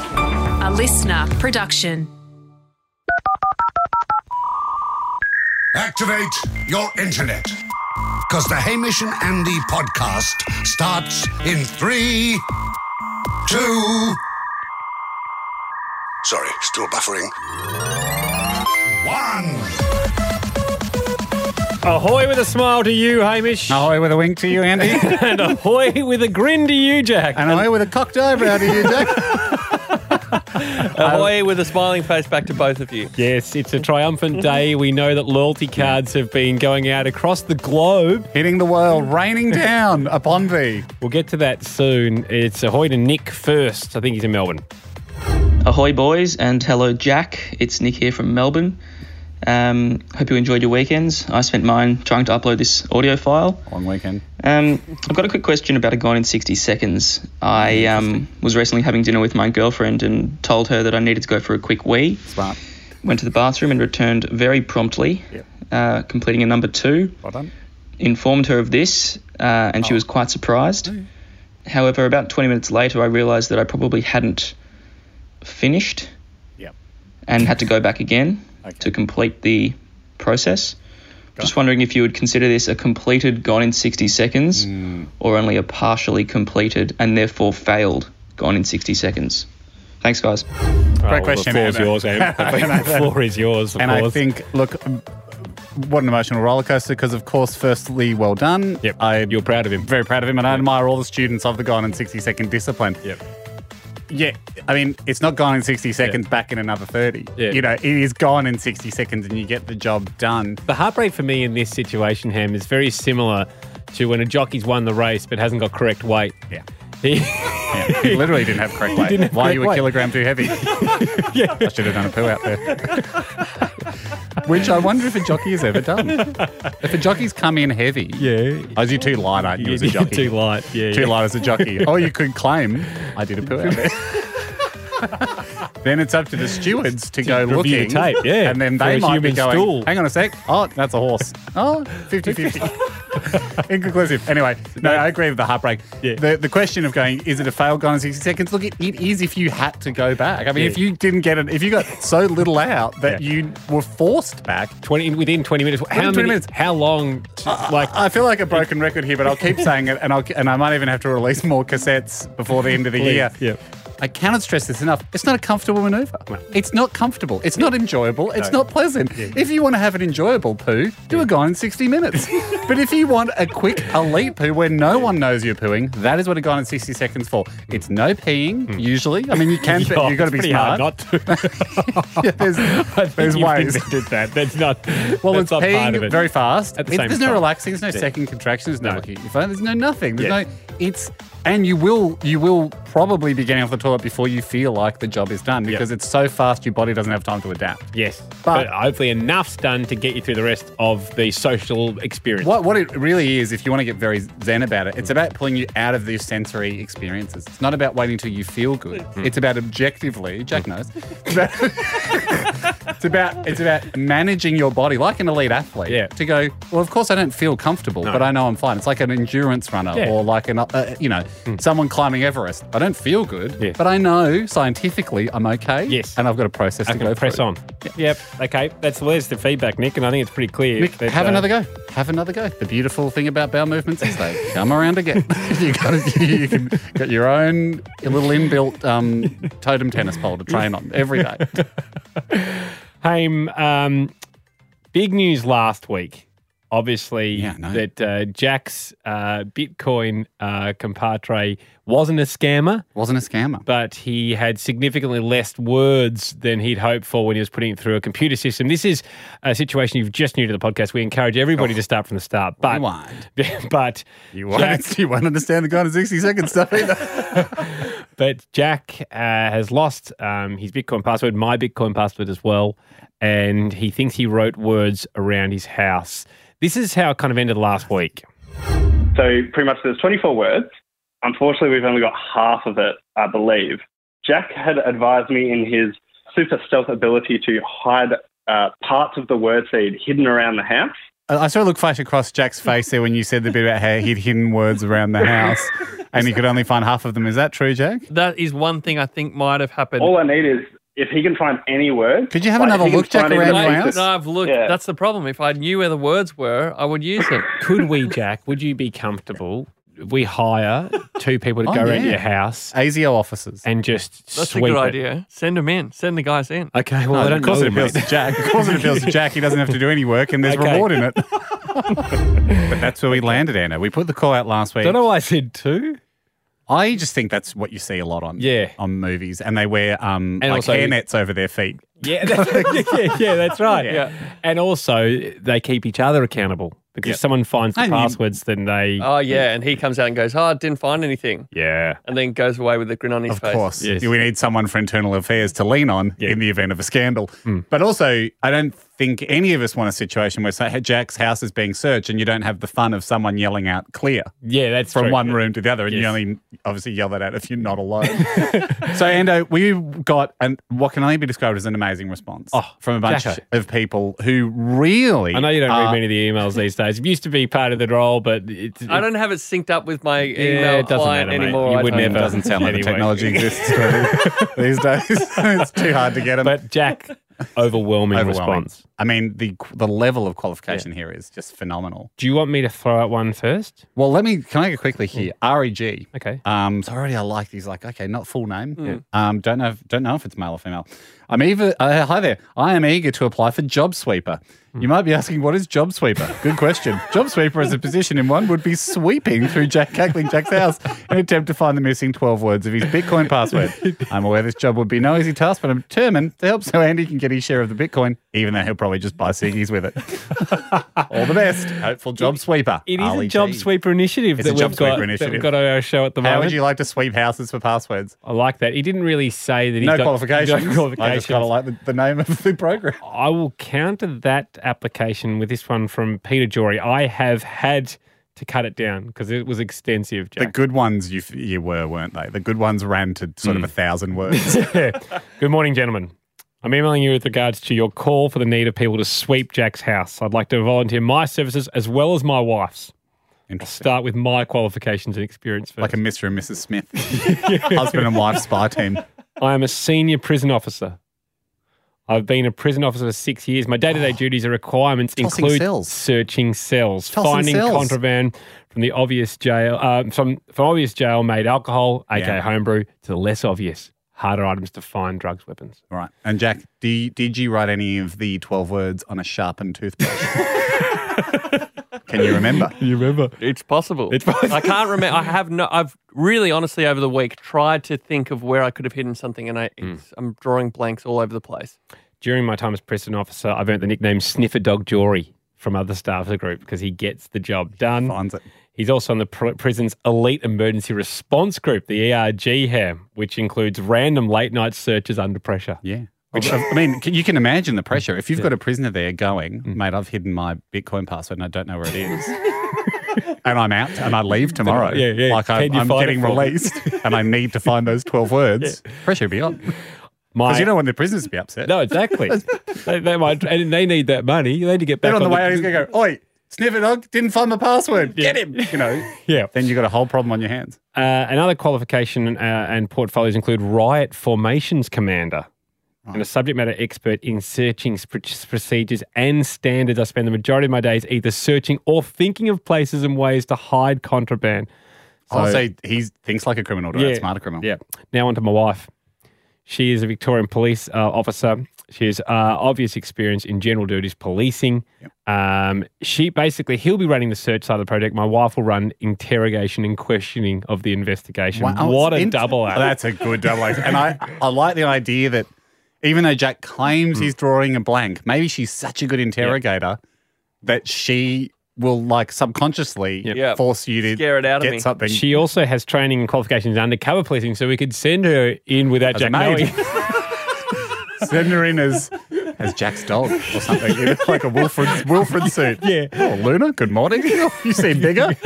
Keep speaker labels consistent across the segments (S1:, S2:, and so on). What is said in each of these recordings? S1: a listener production.
S2: Activate your internet. Because the Hamish and Andy podcast starts in three, two. Sorry, still buffering. One.
S3: Ahoy with a smile to you, Hamish.
S4: Oh.
S5: Ahoy with a wink to you, Andy.
S3: And ahoy with a grin to you, Jack.
S5: and ahoy with a cocked eyebrow to you, Jack.
S4: Ahoy with a smiling face back to both of you.
S3: Um, yes, it's a triumphant day. We know that loyalty cards have been going out across the globe.
S5: Hitting the world, raining down upon thee.
S3: We'll get to that soon. It's ahoy to Nick first. I think he's in Melbourne.
S6: Ahoy, boys, and hello, Jack. It's Nick here from Melbourne. Um, hope you enjoyed your weekends. I spent mine trying to upload this audio file.
S5: Long weekend.
S6: Um, I've got a quick question about a gone in 60 seconds. I um, was recently having dinner with my girlfriend and told her that I needed to go for a quick wee.
S5: Smart.
S6: Went to the bathroom and returned very promptly, uh, completing a number two
S5: Well done. Oh.
S6: informed her of this, uh, and she was quite surprised. However, about 20 minutes later, I realised that I probably hadn't finished
S5: Yep.
S6: and had to go back again to complete the process. Just wondering if you would consider this a completed gone in 60 seconds or only a partially completed and therefore failed gone in 60 seconds. Thanks, guys.
S3: Great
S5: question,
S3: Oh, The floor is
S5: Anna.
S3: yours, Em. the floor is yours, of
S5: And I
S3: course.
S5: think, look, um, what an emotional rollercoaster because, of course, firstly, well done.
S3: Yep.
S5: I,
S3: You're proud of him.
S5: Very proud of him, and I admire all the students of the Gone in 60 Second discipline.
S3: Yep.
S5: Yeah, I mean, it's not gone in 60 seconds, back in another 30.
S3: Yeah.
S5: You know, it is gone in 60 seconds, and you get the job done.
S3: The heartbreak for me in this situation, Ham, is very similar to when a jockey's won the race but hasn't got correct weight.
S5: Yeah.
S3: He,
S5: Yeah, you literally didn't have correct weight.
S3: didn't have correct
S5: Why you were
S3: weight.
S5: a kilogram too heavy? I should have done a poo out there. Which I wonder if a jockey has ever done. If a jockey's come in heavy,
S3: yeah.
S5: I was you too light, aren't you, as a
S3: You're
S5: jockey?
S3: too light. Yeah,
S5: Too
S3: yeah.
S5: light as a jockey. Or Oh, you could claim I did a poo out there. then it's up to the stewards to, go
S3: review the
S5: looking.
S3: tape, yeah,
S5: And then
S3: for
S5: they
S3: a
S5: might be
S3: human
S5: going,
S3: stool.
S5: hang on a sec. Oh, that's a horse. Oh, 50 50. Inconclusive. Anyway, no, I agree with the heartbreak.
S3: Yeah.
S5: The, the question of going, is it a fail gone in 60 seconds? Look, it, it is if you had to go back. I mean,
S3: Yeah.
S5: if you didn't get it, if you got so little out that
S3: Yeah.
S5: you were forced back,
S3: 20 within 20 minutes. Uh, How
S5: 20
S3: many-
S5: minutes.
S3: How long? to- like
S5: I feel like a broken record here, but I'll keep saying it, and I'll and I might even have to release more cassettes before the end of the
S3: Please,
S5: year.
S3: yeah.
S5: I cannot stress this enough. It's not a comfortable maneuver. It's not comfortable. It's not enjoyable. It's not pleasant. If you want to have an enjoyable poo, do a gone in 60 minutes. but if you want a quick elite poo where no one knows you're pooing, that is what a gone in 60 seconds for. It's no peeing, usually. I mean, you can, but
S3: Hmm. Yeah,
S5: you've got to
S3: it's pretty
S5: be
S3: hard
S5: smart.
S3: not to.
S5: Yeah, there's
S3: I think
S5: there's
S3: you've
S5: ways.
S3: invented that. That's not.
S5: Well,
S3: that's
S5: it's
S3: not part of
S5: peeing
S3: it.
S5: very fast.
S3: At the
S5: It's-
S3: same
S5: there's
S3: time.
S5: no relaxing. There's no
S3: Yeah.
S5: second contraction. There's no,
S3: No.
S5: looking at your phone. There's no nothing. There's
S3: Yeah.
S5: no. It's and you will you will probably be getting off the toilet before you feel like the job is done because it's so fast your body doesn't have time to adapt.
S3: Yes, but,
S5: But-
S3: hopefully enough's done to get you through the rest of the social experience.
S5: What what it really is, if you want to get very zen about it, it's about pulling you out of these sensory experiences. It's not about waiting till you feel good.
S3: Hmm.
S5: It's about objectively, Jack knows. It's about, it's about it's about managing your body like an elite athlete.
S3: Yeah.
S5: To go well, of course I don't feel comfortable, but I know I'm fine. It's like an endurance runner
S3: Yeah. Hmm.
S5: or like an uh, you know someone climbing Everest. I don't feel good,
S3: Yeah.
S5: but I know scientifically I'm okay.
S3: Yes.
S5: And I've got a process
S3: I
S5: to
S3: can
S5: go
S3: press
S5: through.
S3: on. Yep. Okay. That's well, there's the feedback, Nick, and I think it's pretty clear.
S5: Nick,
S3: that,
S5: have
S3: uh,
S5: another go. Have another go. The beautiful thing about bowel movements is they come around again. you got you can, got your own little inbuilt um, totem tennis pole to train on every day.
S3: Haim, um, big news last week. Obviously,
S5: Yeah, I know.
S3: that uh, Jack's uh, Bitcoin uh, compadre wasn't a scammer,
S5: Wasn't a scammer.
S3: but he had significantly less words than he'd hoped for when he was putting it through a computer system. This is a situation you've just new to the podcast. We encourage everybody to start from the start. But
S5: Oh. Rewind.
S3: but
S5: You won't, you won't understand the kind of 60 second stuff either.
S3: But Jack uh, has lost um, his Bitcoin password, my Bitcoin password as well, and he thinks he wrote words around his house. This is how it kind of ended last week.
S7: So pretty much there's 24 words. Unfortunately, we've only got half of it, I believe. Jack had advised me in his super stealth ability to hide uh, parts of the word seed hidden around the house.
S5: I I saw a look flash across Jack's face there when you said the bit about how he'd hidden words around the house and he could only find half of them. Is that true, Jack?
S4: That is one thing I think might have happened.
S3: Oh,
S7: All I need is if he can find any word.
S5: Could you have
S7: like, if
S5: another
S7: he can
S5: look, Jack,
S7: find even
S5: around
S7: the
S5: your
S7: faintest-
S5: house?
S4: No, I've looked.
S7: Yeah.
S4: That's the problem. If I knew where the words were, I would use it.
S3: Could we, Jack? Would you be comfortable? if We hire two people to
S5: Oh,
S3: go around
S5: yeah.
S3: your house
S5: ASIO officers.
S3: and just
S4: That's
S3: sweep
S4: a good
S3: it.
S4: idea. Send them in. Send the guys in.
S3: Okay, well I don't
S5: of course
S3: know.
S5: it appeals
S3: mate.
S5: to Jack. Of course it appeals to Jack. He doesn't have to do any work and there's
S3: Okay.
S5: reward in it. but that's where we landed, Anna. We put the call out last week.
S3: Don't know why I said two.
S5: I just think that's what you see a lot on
S3: Yeah.
S5: on movies, and they wear um
S3: And
S5: like
S3: also-
S5: hair nets over their feet.
S3: Yeah, that- yeah, yeah, that's right.
S5: Yeah.
S3: And also, they keep each other accountable because if someone finds the
S5: And you-
S3: passwords, then they.
S4: Oh yeah, and he comes out and goes, "Oh, I didn't find anything,"
S3: yeah.
S4: and then goes away with a grin on his
S5: Of
S4: face.
S5: course,
S3: Yes.
S5: we need someone for internal affairs to lean on
S3: Yeah. Hmm.
S5: in the event of a scandal. But also, I don't think any of us want a situation where say, Jack's house is being searched and you don't have the fun of someone yelling out "clear"
S3: Yeah, that's
S5: from
S3: true.
S5: one room to the other, and you
S3: Yes.
S5: only obviously yell that out if you're not alone. so, Ando, we got an what can only be described as an amazing response
S3: Oh,
S5: from a bunch
S3: Jacko.
S5: of people who really.
S3: I know you don't read
S5: are-
S3: many of the emails these days. It used to be part of the role, but it's.
S4: I don't have it synced up with my
S3: Yeah,
S4: email
S3: it doesn't
S4: client
S3: matter, mate.
S4: anymore.
S3: You
S4: I
S3: would
S4: don't-
S5: It
S3: never.
S5: doesn't sound like the
S3: Anyway.
S5: technology exists really these days. it's too hard to get them.
S3: But Jack, overwhelming,
S5: Overwhelming.
S3: response.
S5: I mean, the the level of qualification here is just phenomenal.
S3: Do you want me to throw out one first?
S5: Well, let me can I go quickly here? E Reg.
S3: Okay.
S5: Um, so already I like these. Like, okay, not full name.
S3: Mm.
S5: Um, don't know. If, don't know if it's male or female. I'm either. Uh, hi there. I am eager to apply for job sweeper. You might be asking, what is job sweeper? Good question. job sweeper is a position in one would be sweeping through Jack Cackling Jack's house in an attempt to find the missing twelve words of his Bitcoin password. I'm aware this job would be no easy task, but I'm determined to help so Andy can get his share of the Bitcoin, even though he'll probably just buy ciggies with it. All the best. Hopeful job sweeper.
S3: It is
S5: Ali
S3: a job
S5: G.
S3: sweeper initiative
S5: It's
S3: that
S5: a job
S3: we've got.
S5: sweeper
S3: That
S5: initiative.
S3: we've got on our show at the
S5: How
S3: moment.
S5: would you like to sweep houses for passwords?
S3: I like that. He didn't really say that. He's
S5: no
S3: got,
S5: qualifications.
S3: No
S5: I
S3: qualifications.
S5: just kind of like the, the name of the program.
S3: I will counter that application with this one from Peter Jory. I have had to cut it down because it was extensive,
S5: The
S3: Jack.
S5: good ones you, f- you were, weren't they? The good ones ran to
S3: Hmm.
S5: sort of a thousand words.
S3: Good morning, gentlemen. I'm emailing you with regards to your call for the need of people to sweep Jack's house. I'd like to volunteer my services as well as my wife's.
S5: Interesting.
S3: Start with my qualifications and experience first.
S5: Like a Mr. and Mrs. Smith, husband and wife spy team.
S3: I am a senior prison officer. I've been a prison officer for six years. My day to day duties and requirements
S5: Tossing
S3: include
S5: cells.
S3: searching cells,
S5: Tossing
S3: finding
S5: cells.
S3: contraband from the obvious jail, uh, from, from obvious jail made alcohol, aka
S5: Yeah.
S3: homebrew, to the less obvious, harder items to find drugs, weapons.
S5: All right. And Jack, do you, did you write any of the 12 words on a sharpened toothbrush? Can you remember?
S3: You remember?
S4: It's possible.
S3: It's possible.
S4: I can't remember. I have no. I've really, honestly, over the week tried to think of where I could have hidden something, and I,
S3: Hmm.
S4: it's, I'm drawing blanks all over the place.
S3: During my time as prison officer, I've earned the nickname Sniffer Dog Jory from other staff of the group because he gets the job done.
S5: Finds it.
S3: He's also in the pr- prison's elite emergency response group, the E ERG ham, which includes random late night searches under pressure.
S5: Yeah. I mean, can- you can imagine the pressure. If you've got a prisoner there going,
S3: Mm.
S5: mate, I've hidden my Bitcoin password and I don't know where it is. and I'm out and I leave tomorrow.
S3: Yeah, yeah.
S5: Like I,
S3: Can you
S5: I'm
S3: find
S5: getting
S3: it for me?
S5: released and I need to find those 12 words. Pressure would be on.
S3: My,
S5: Because you don't want the prisoners to be upset.
S3: no, exactly. they, they might, and they need that money. They need to get back
S5: then on the way out,
S3: the-
S5: he's going to go, Oi, sniffer dog, didn't find my password. Get him. You know,
S3: Yeah.
S5: then you've got a whole problem on your hands.
S3: Uh, another qualification uh, and portfolios include riot formations commander and a subject matter expert in searching sp- procedures and standards. I spend the majority of my days either searching or thinking of places and ways to hide contraband.
S5: I'll say he thinks like a criminal to outsmart a criminal.
S3: Yeah. Now onto my wife. She is a Victorian police uh, officer. She has uh, obvious experience in general duties, policing. Um, she basically, he'll be running the search side of the project. My wife will run interrogation and questioning of the investigation.
S5: Wow,
S3: what
S5: it's
S3: a
S5: int-
S3: double act.
S5: That's a good double act. And I, I like the idea that even though Jack
S3: Hmm.
S5: claims he's drawing a blank, maybe she's such a good interrogator that she will like subconsciously
S3: Yep.
S4: Yeah.
S5: force you to
S4: Scare it out of
S5: get
S4: me.
S5: something.
S3: She also has training and qualifications in undercover policing, so we could send her in without
S5: As a
S3: Jack
S5: maid.
S3: knowing.
S5: Send her in as, as Jack's dog or something, you know, like a Wilfred, Wilfred suit. Yeah. Oh, Luna, good morning. You seem bigger.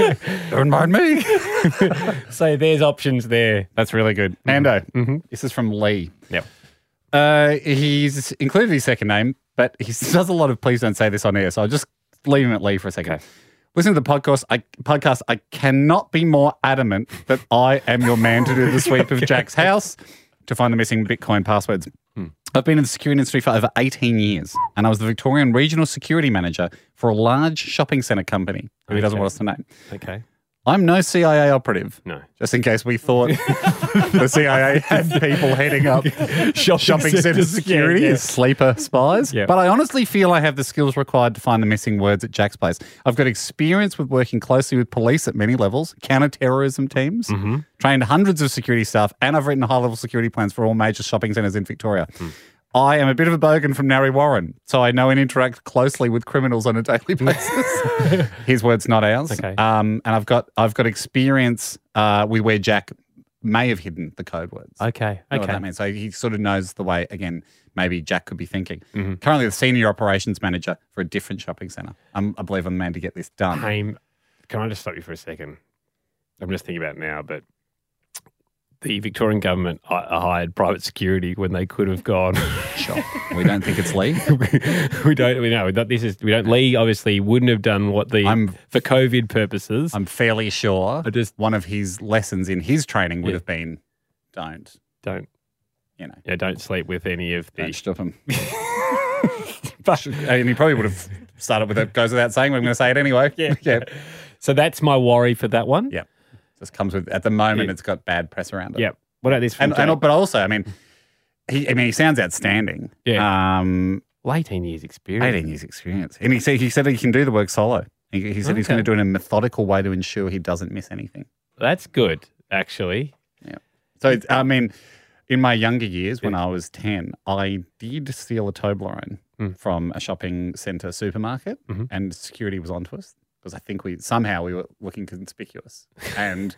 S5: Don't mind me.
S3: so there's options there.
S5: That's really good. Ando, this is from Lee.
S3: Yep.
S5: Uh, he's included his second name, but he does a lot of please don't say this on air. So I'll just just leave him at Lee for a second. Listen to the podcast. I podcast. I cannot be more adamant that I am your man to do the sweep of Jack's house to find the missing Bitcoin passwords. I've been in the security industry for over 18 years, and I was the Victorian regional security manager for a large shopping centre company who he doesn't want us to name.
S3: Okay.
S5: I'm no CIA operative.
S3: No.
S5: Just in case we thought the CIA had people heading up
S3: Shopping,
S5: shopping centre security as sleeper spies.
S3: Yeah.
S5: But I honestly feel I have the skills required to find the missing words at Jack's place. I've got experience with working closely with police at many levels, counterterrorism teams,
S3: Mm-hmm.
S5: trained hundreds of security staff, and I've written high level security plans for all major shopping centres in Victoria.
S3: Hmm.
S5: I am a bit of a bogan from Narry Warren, so I know and interact closely with criminals on a daily basis. His words, not ours.
S3: Okay.
S5: Um, and I've got I've got experience uh, with where Jack may have hidden the code words.
S3: Okay.
S5: You know what
S3: Okay.
S5: that means. So he sort of knows the way, again, maybe Jack could be thinking.
S3: Mm-hmm.
S5: Currently, the senior operations manager for a different shopping centre. I'm, I believe I'm the man to get this done.
S3: Haim, can I just stop you for a second? I'm just thinking about it now, but the Victorian government hi- hired private security when they could have gone.
S5: Sure. we don't think it's Lee.
S3: we don't. We know that this is. We don't. Lee obviously wouldn't have done what the
S5: I'm-
S3: for COVID purposes.
S5: I'm fairly sure
S3: I just-
S5: one of his lessons in his training would
S3: Yeah.
S5: have been don't,
S3: don't.
S5: you know,
S3: Yeah, don't sleep with any of
S5: don't
S3: the.
S5: stop him. and he probably would have started with it, goes without saying, but I'm going to say it anyway.
S3: Yeah. So that's my worry for that one.
S5: Yeah. Just comes with, at the moment,
S3: Yeah.
S5: it's got bad press around it.
S3: Yep. What about this? From
S5: And, and,
S3: Jack?
S5: but also, I mean, he, I mean, he sounds outstanding.
S3: Yeah.
S5: Um,
S3: Well, 18 years experience.
S5: 18 years experience. And he said he said he can do the work solo. He, he said he's
S3: Okay.
S5: going to do it in a methodical way to ensure he doesn't miss anything.
S3: That's good, actually.
S5: So it's, I mean, in my younger years, when I was 10, I did steal a Toblerone
S3: Mm.
S5: from a shopping center supermarket
S3: Mhm.
S5: and security was onto us because I think we somehow we were looking conspicuous. And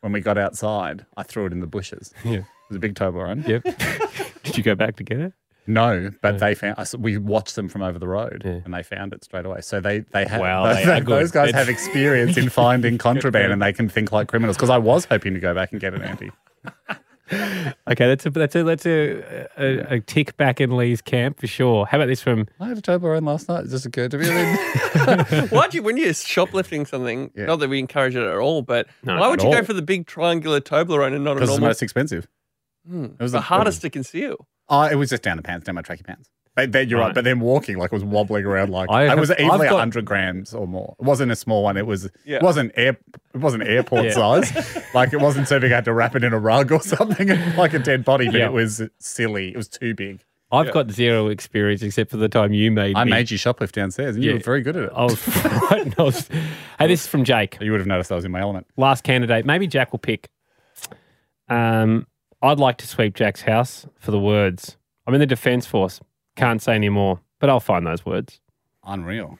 S5: when we got outside, I threw it in the bushes.
S3: Yeah.
S5: It was a big Toblerone.
S3: Yep. Did you go back to get it?
S5: No, but they found. I s we watched them from over the road,
S3: Yeah.
S5: and they found it straight away. So they they have
S3: Wow, they
S5: those,
S3: are
S5: those
S3: good.
S5: guys
S3: That's-
S5: have experience in finding contraband, and they can think like criminals. Because I was hoping to go back and get an Andy.
S3: Okay, that's a that's a that's a, a, a tick back in Lee's camp for sure. How about this from
S5: I had a Toblerone last night. It just occurred to me.
S4: Why'd you, when you're shoplifting something,
S5: Yeah.
S4: not that we encourage it at all, but
S3: No,
S4: why would
S5: at
S4: you
S5: all.
S4: go for the big triangular Toblerone and not a
S5: Because it's the
S4: normal?
S5: most expensive. It was
S4: the hardest to conceal.
S5: Oh, it was just down the pants, down my tracky pants. But then you're right.
S3: Right.
S5: But then walking like it was wobbling around like
S3: I
S5: it was
S3: have- I've
S5: easily
S3: got-
S5: hundred grams or more. It wasn't a small one. It was
S4: Yeah.
S5: it wasn't air it wasn't airport
S3: Yeah.
S5: size. Like it wasn't so big I had to wrap it in a rug or something like a dead body. But
S3: Yeah.
S5: it was silly. It was too big.
S3: I've got zero experience except for the time you made.
S5: I
S3: me.
S5: made you shoplift downstairs, and you
S3: Yeah. Oh.
S5: were very good at it.
S3: I was frightened. I was- hey, this is from Jake.
S5: You would have noticed I was in my element.
S3: Last candidate. Maybe Jack will pick. Um, I'd like to sweep Jack's house for the words. I'm in the defense force. Can't say any more, but I'll find those words.
S5: Unreal.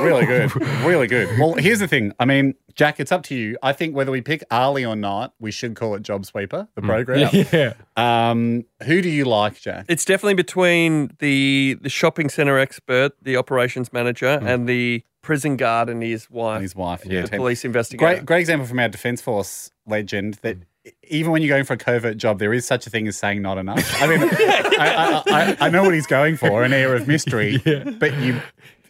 S5: really good. Really good. Well, here's the thing. I mean, Jack, it's up to you. I think whether we pick Ali or not, we should call it Job Sweeper, the program.
S3: Yeah.
S5: Um, who do you like, Jack?
S4: It's definitely between the the shopping center expert, the operations manager, and the prison guard and his wife,
S5: And Mm. his wife.
S4: the
S5: Yeah.
S4: police investigator.
S5: Great, great example from our Defence Force legend that even when you're going for a covert job, there is such a thing as saying not enough. I mean, I, I, I, I know what he's going for, an air of mystery, but you,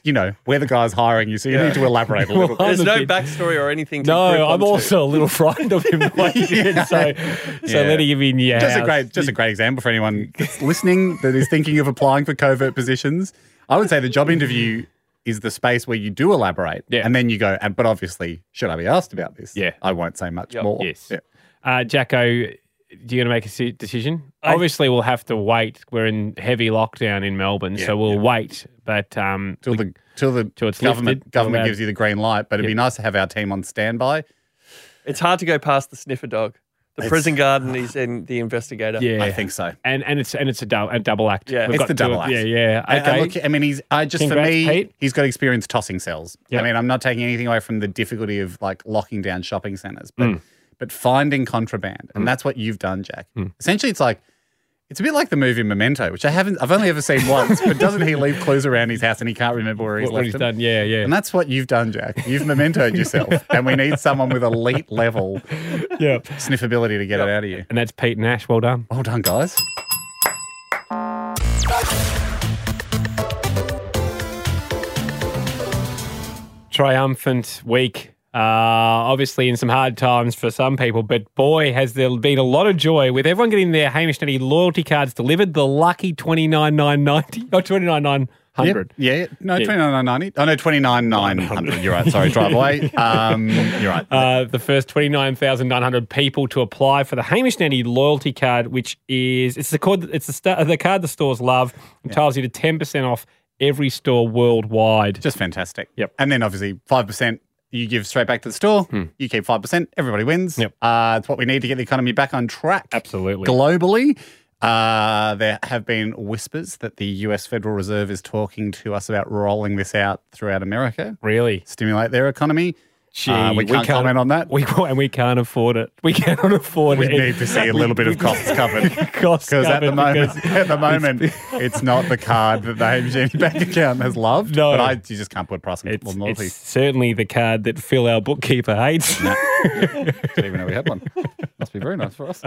S5: you know, we're the guys hiring you, so you need to elaborate a little bit.
S4: There's
S3: I'm a
S4: no
S3: bit-
S4: backstory or anything. To grip
S3: No, I'm
S4: onto.
S3: also a little frightened of him. like you did, so, so
S5: Yeah.
S3: letting him in your
S5: Just a
S3: house.
S5: great, just a great example for anyone that's listening that is thinking of applying for covert positions. I would say the job interview is the space where you do elaborate,
S3: Yeah.
S5: and then you go. And but obviously, should I be asked about this?
S3: Yeah.
S5: I won't say much more.
S3: Yes.
S5: Yeah.
S3: Uh, Jacko, you're going to make a se- decision?
S4: I-
S3: Obviously, we'll have to wait. We're in heavy lockdown in Melbourne,
S5: Yeah,
S3: so we'll wait. But um,
S5: till the till the
S3: till it's
S5: government
S3: lifted, till
S5: government
S3: that-
S5: gives you the green light. But it'd be nice to have our team on standby.
S4: It's hard to go past the sniffer dog, the prison guard, and he's in the investigator.
S3: yeah,
S5: I think so.
S3: and and it's and it's a, dou- a double act.
S4: Yeah.
S3: We've
S5: It's the
S3: two
S5: double
S3: of-
S5: act.
S3: Yeah, yeah.
S5: I-
S3: Okay.
S5: I, look, I mean, he's I just
S3: Congrats,
S5: for me,
S3: Pete.
S5: he's got experience tossing cells.
S3: Yep.
S5: I mean, I'm not taking anything away from the difficulty of like locking down shopping centers, but
S3: Mm.
S5: but finding contraband, and that's what you've done, Jack.
S3: Mm.
S5: Essentially, it's like. It's a bit like the movie Memento, which I haven't, I've only ever seen once. but doesn't he leave clues around his house and he can't remember where he's
S3: what,
S5: left
S3: what he's
S5: them?
S3: done. Yeah, yeah,
S5: And that's what you've done, Jack. You've mementoed yourself, and we need someone with elite level
S3: yeah.
S5: sniffability to get it out of you.
S3: And that's Pete Nash. Well done.
S5: Well done, guys.
S3: triumphant week. Uh, obviously, in some hard times for some people, but boy, has there been a lot of joy with everyone getting their Hamish Nutty loyalty cards delivered. The lucky twenty nine nine ninety or twenty nine nine hundred.
S5: Yeah, yeah. No, twenty nine ninety. Oh no, twenty nine nine hundred. You're right. Sorry, drive away. Um, you're right.
S3: Uh, the first 29,900 people to apply for the Hamish Nanny loyalty card, which is it's the card it's the, sta- uh, the card the stores love, entitles you to 10% off every store worldwide.
S5: Just fantastic.
S3: Yep.
S5: And then obviously five percent you give straight back to the store. You keep five percent. Everybody wins.
S3: Yep.
S5: Uh, it's what we need to get the economy back on track.
S3: Absolutely.
S5: Globally. Uh, there have been whispers that the US Federal Reserve is talking to us about rolling this out throughout America,
S3: Really?
S5: stimulate their economy. Uh, we, can't comment on that.
S3: We and we can't afford it. We cannot afford
S5: We
S3: it.
S5: need to see a little bit of costs covered.
S3: Cost
S5: Because at the
S3: covered because-
S5: moment, at the moment, it's not the card that the HMG bank account has loved.
S3: No.
S5: but I, you just can't put a price on
S3: It's,
S5: well, naughty.
S3: it's certainly the card that Phil, our bookkeeper, hates.
S5: Didn't even know we had one. Must be very nice for us.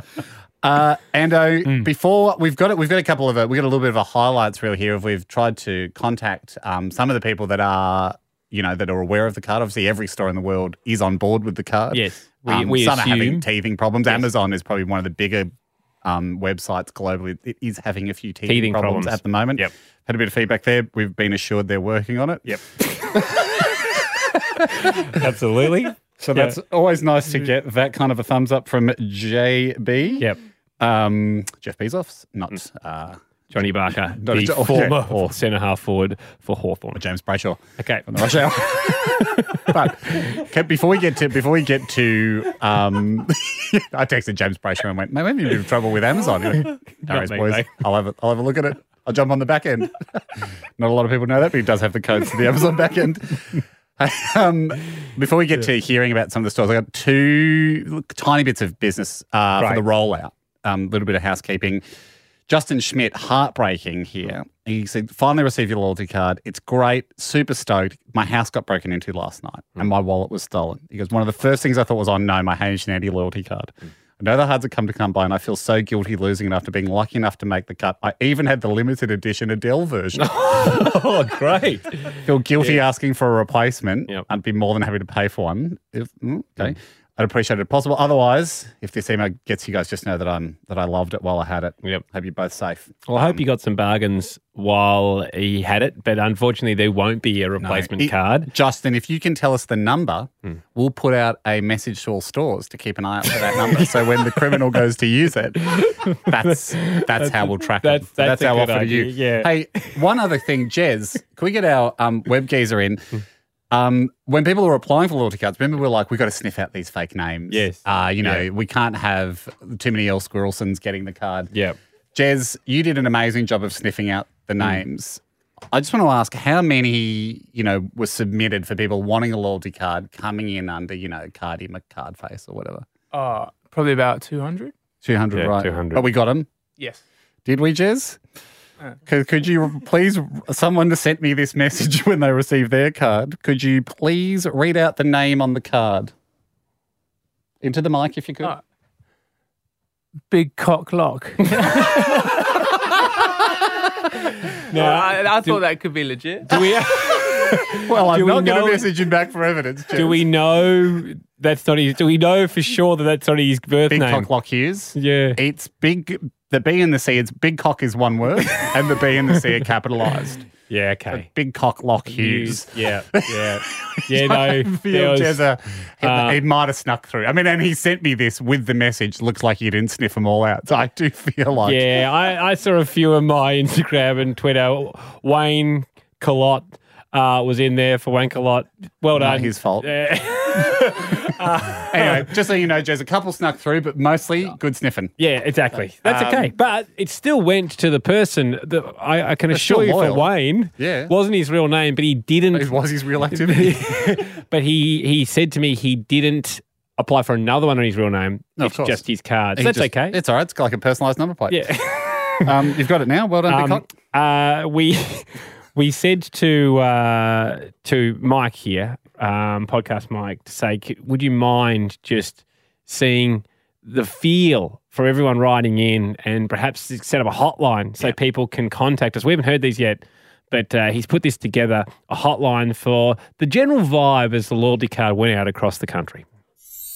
S5: Uh, Ando,
S3: Mm.
S5: before we've got it, we've got a couple of uh, we've got a little bit of a highlights reel here. Of we've tried to contact um, some of the people that are you know that are aware of the card. Obviously, every store in the world is on board with the card.
S3: Yes. We-
S5: um,
S3: we
S5: some are
S3: assume-
S5: having teething problems. Amazon is probably one of the bigger um, websites globally. It is having a few teething,
S3: Teething
S5: problems,
S3: problems.
S5: at the moment.
S3: Yep.
S5: Had a bit of feedback there. We've been assured they're working on it.
S3: Yep. Absolutely.
S5: So that's always nice to get that kind of a thumbs up from JB.
S3: Yep.
S5: Um, Jeff Bezos, not uh,
S3: Johnny Barker,
S5: No,
S3: the
S5: it's- oh, yeah.
S3: former centre half forward for Hawthorn.
S5: James Brayshaw.
S3: Okay.
S5: From the rush hour. but okay, before we get to before we get to um, I texted James Brayshaw and went, "Mate, we're in a bit of trouble with Amazon." He went, No worries,
S3: me,
S5: boys.
S3: mate."
S5: I'll have a, I'll have a look at it. I'll jump on the back end. Not a lot of people know that, but he does have the codes to the Amazon back end. um, before we get to hearing about some of the stores, I got two tiny bits of business uh,
S3: Right.
S5: for the rollout. A little bit of housekeeping. Justin Schmidt, heartbreaking here. He said, finally received your loyalty card. It's great. Super stoked. My house got broken into last night
S3: Hmm.
S5: and my wallet was stolen. He goes, one of the first things I thought was, oh no, my Hamish and Andy loyalty card.
S3: Hmm.
S5: I know the hards have come to come by and I feel so guilty losing it after being lucky enough to make the cut. I even had the limited edition Adele version.
S3: oh, great.
S5: feel guilty asking for a replacement.
S3: Yep. Hmm.
S5: I'd be more than happy to pay for one. If, mm, okay. I'd appreciate it if possible. Otherwise, if this email gets you guys, just know that I'm that I loved it while I had it.
S3: Yep.
S5: Hope you're both safe.
S3: Well, I hope you got some bargains while he had it, but unfortunately, there won't be a replacement
S5: It-
S3: card. Hmm.
S5: Justin, if you can tell us the number, we'll put out a message to all stores to keep an eye out for that number. so when the criminal goes to use it, that's that's, how we'll track
S3: that's-
S5: it.
S3: that's a
S5: how
S3: good
S5: often
S3: idea,
S5: you.
S3: yeah.
S5: Hey, one other thing, Jez, can we get our um, web geezer in?
S3: Hmm.
S5: Um, when people are applying for loyalty cards, remember we're like, we've got to sniff out these fake names.
S3: Yes.
S5: Uh, you know,
S3: Yeah.
S5: we can't have too many L. Squirrelsons getting the card.
S3: Yeah.
S5: Jez, you did an amazing job of sniffing out the
S3: Mm.
S5: names. I just want to ask how many, you know, were submitted for people wanting a loyalty card coming in under, you know, Cardi McCardface or whatever?
S8: Uh, probably about 200.
S5: 200,
S3: Yeah,
S5: right?
S3: 200.
S5: But we got them.
S8: Yes.
S5: Did we, Jez? Could, could you please, someone sent me this message when they received their card. Could you please read out the name on the card? Into the mic if you could.
S8: Oh. Big cock lock.
S3: No,
S4: I, I thought that could be legit.
S3: do we,
S5: well, I'm
S3: we
S5: not going
S3: know-
S5: to message you back for evidence.
S3: do we know that's not his? Do we know for sure that that's not his birth
S5: Big
S3: name?
S5: cock lock Hughes.
S3: Yeah.
S5: It's big. The B and the C. It's big cock is one word, and the B and the C are capitalized.
S3: Yeah. Okay.
S5: Big cock lock Hughes.
S3: Yeah. Yeah. Yeah. No. there
S5: Feel
S3: was-
S5: Jezza, he,
S3: uh,
S5: he might have snuck through. I mean, and he sent me this with the message. Looks like you didn't sniff them all out. So I do feel like
S3: Yeah, I, I saw a few of my Instagram and Twitter. Wayne Collot uh, was in there for Wayne Collot. Well
S5: not
S3: done.
S5: his fault.
S3: Yeah,
S5: Anyway, just so you know, Jez, a couple snuck through, but mostly good sniffing.
S3: yeah, exactly. That's
S5: Um,
S3: okay. But it still went to the person that I, I can
S5: still
S3: assure you for
S5: loyal.
S3: Wayne.
S5: Yeah.
S3: Wasn't his real name, but he didn't.
S5: It was his real activity.
S3: but he, he said to me he didn't apply for another one on his real name.
S5: No, of
S3: it's
S5: course.
S3: just his card. So
S5: He
S3: that's
S5: just-
S3: okay.
S5: It's all right. It's like a personalised number plate.
S3: yeah.
S5: Um, you've got it now. Well done, big
S3: Um,
S5: cock.
S3: uh, we we said to uh, to Mike here, um, podcast Mike, to say, "C- would you mind just seeing the feel for everyone writing in, and perhaps set up a hotline so people can contact us? We haven't heard these yet. But uh, he's put this together a hotline for the general vibe as the loyalty card went out across the country.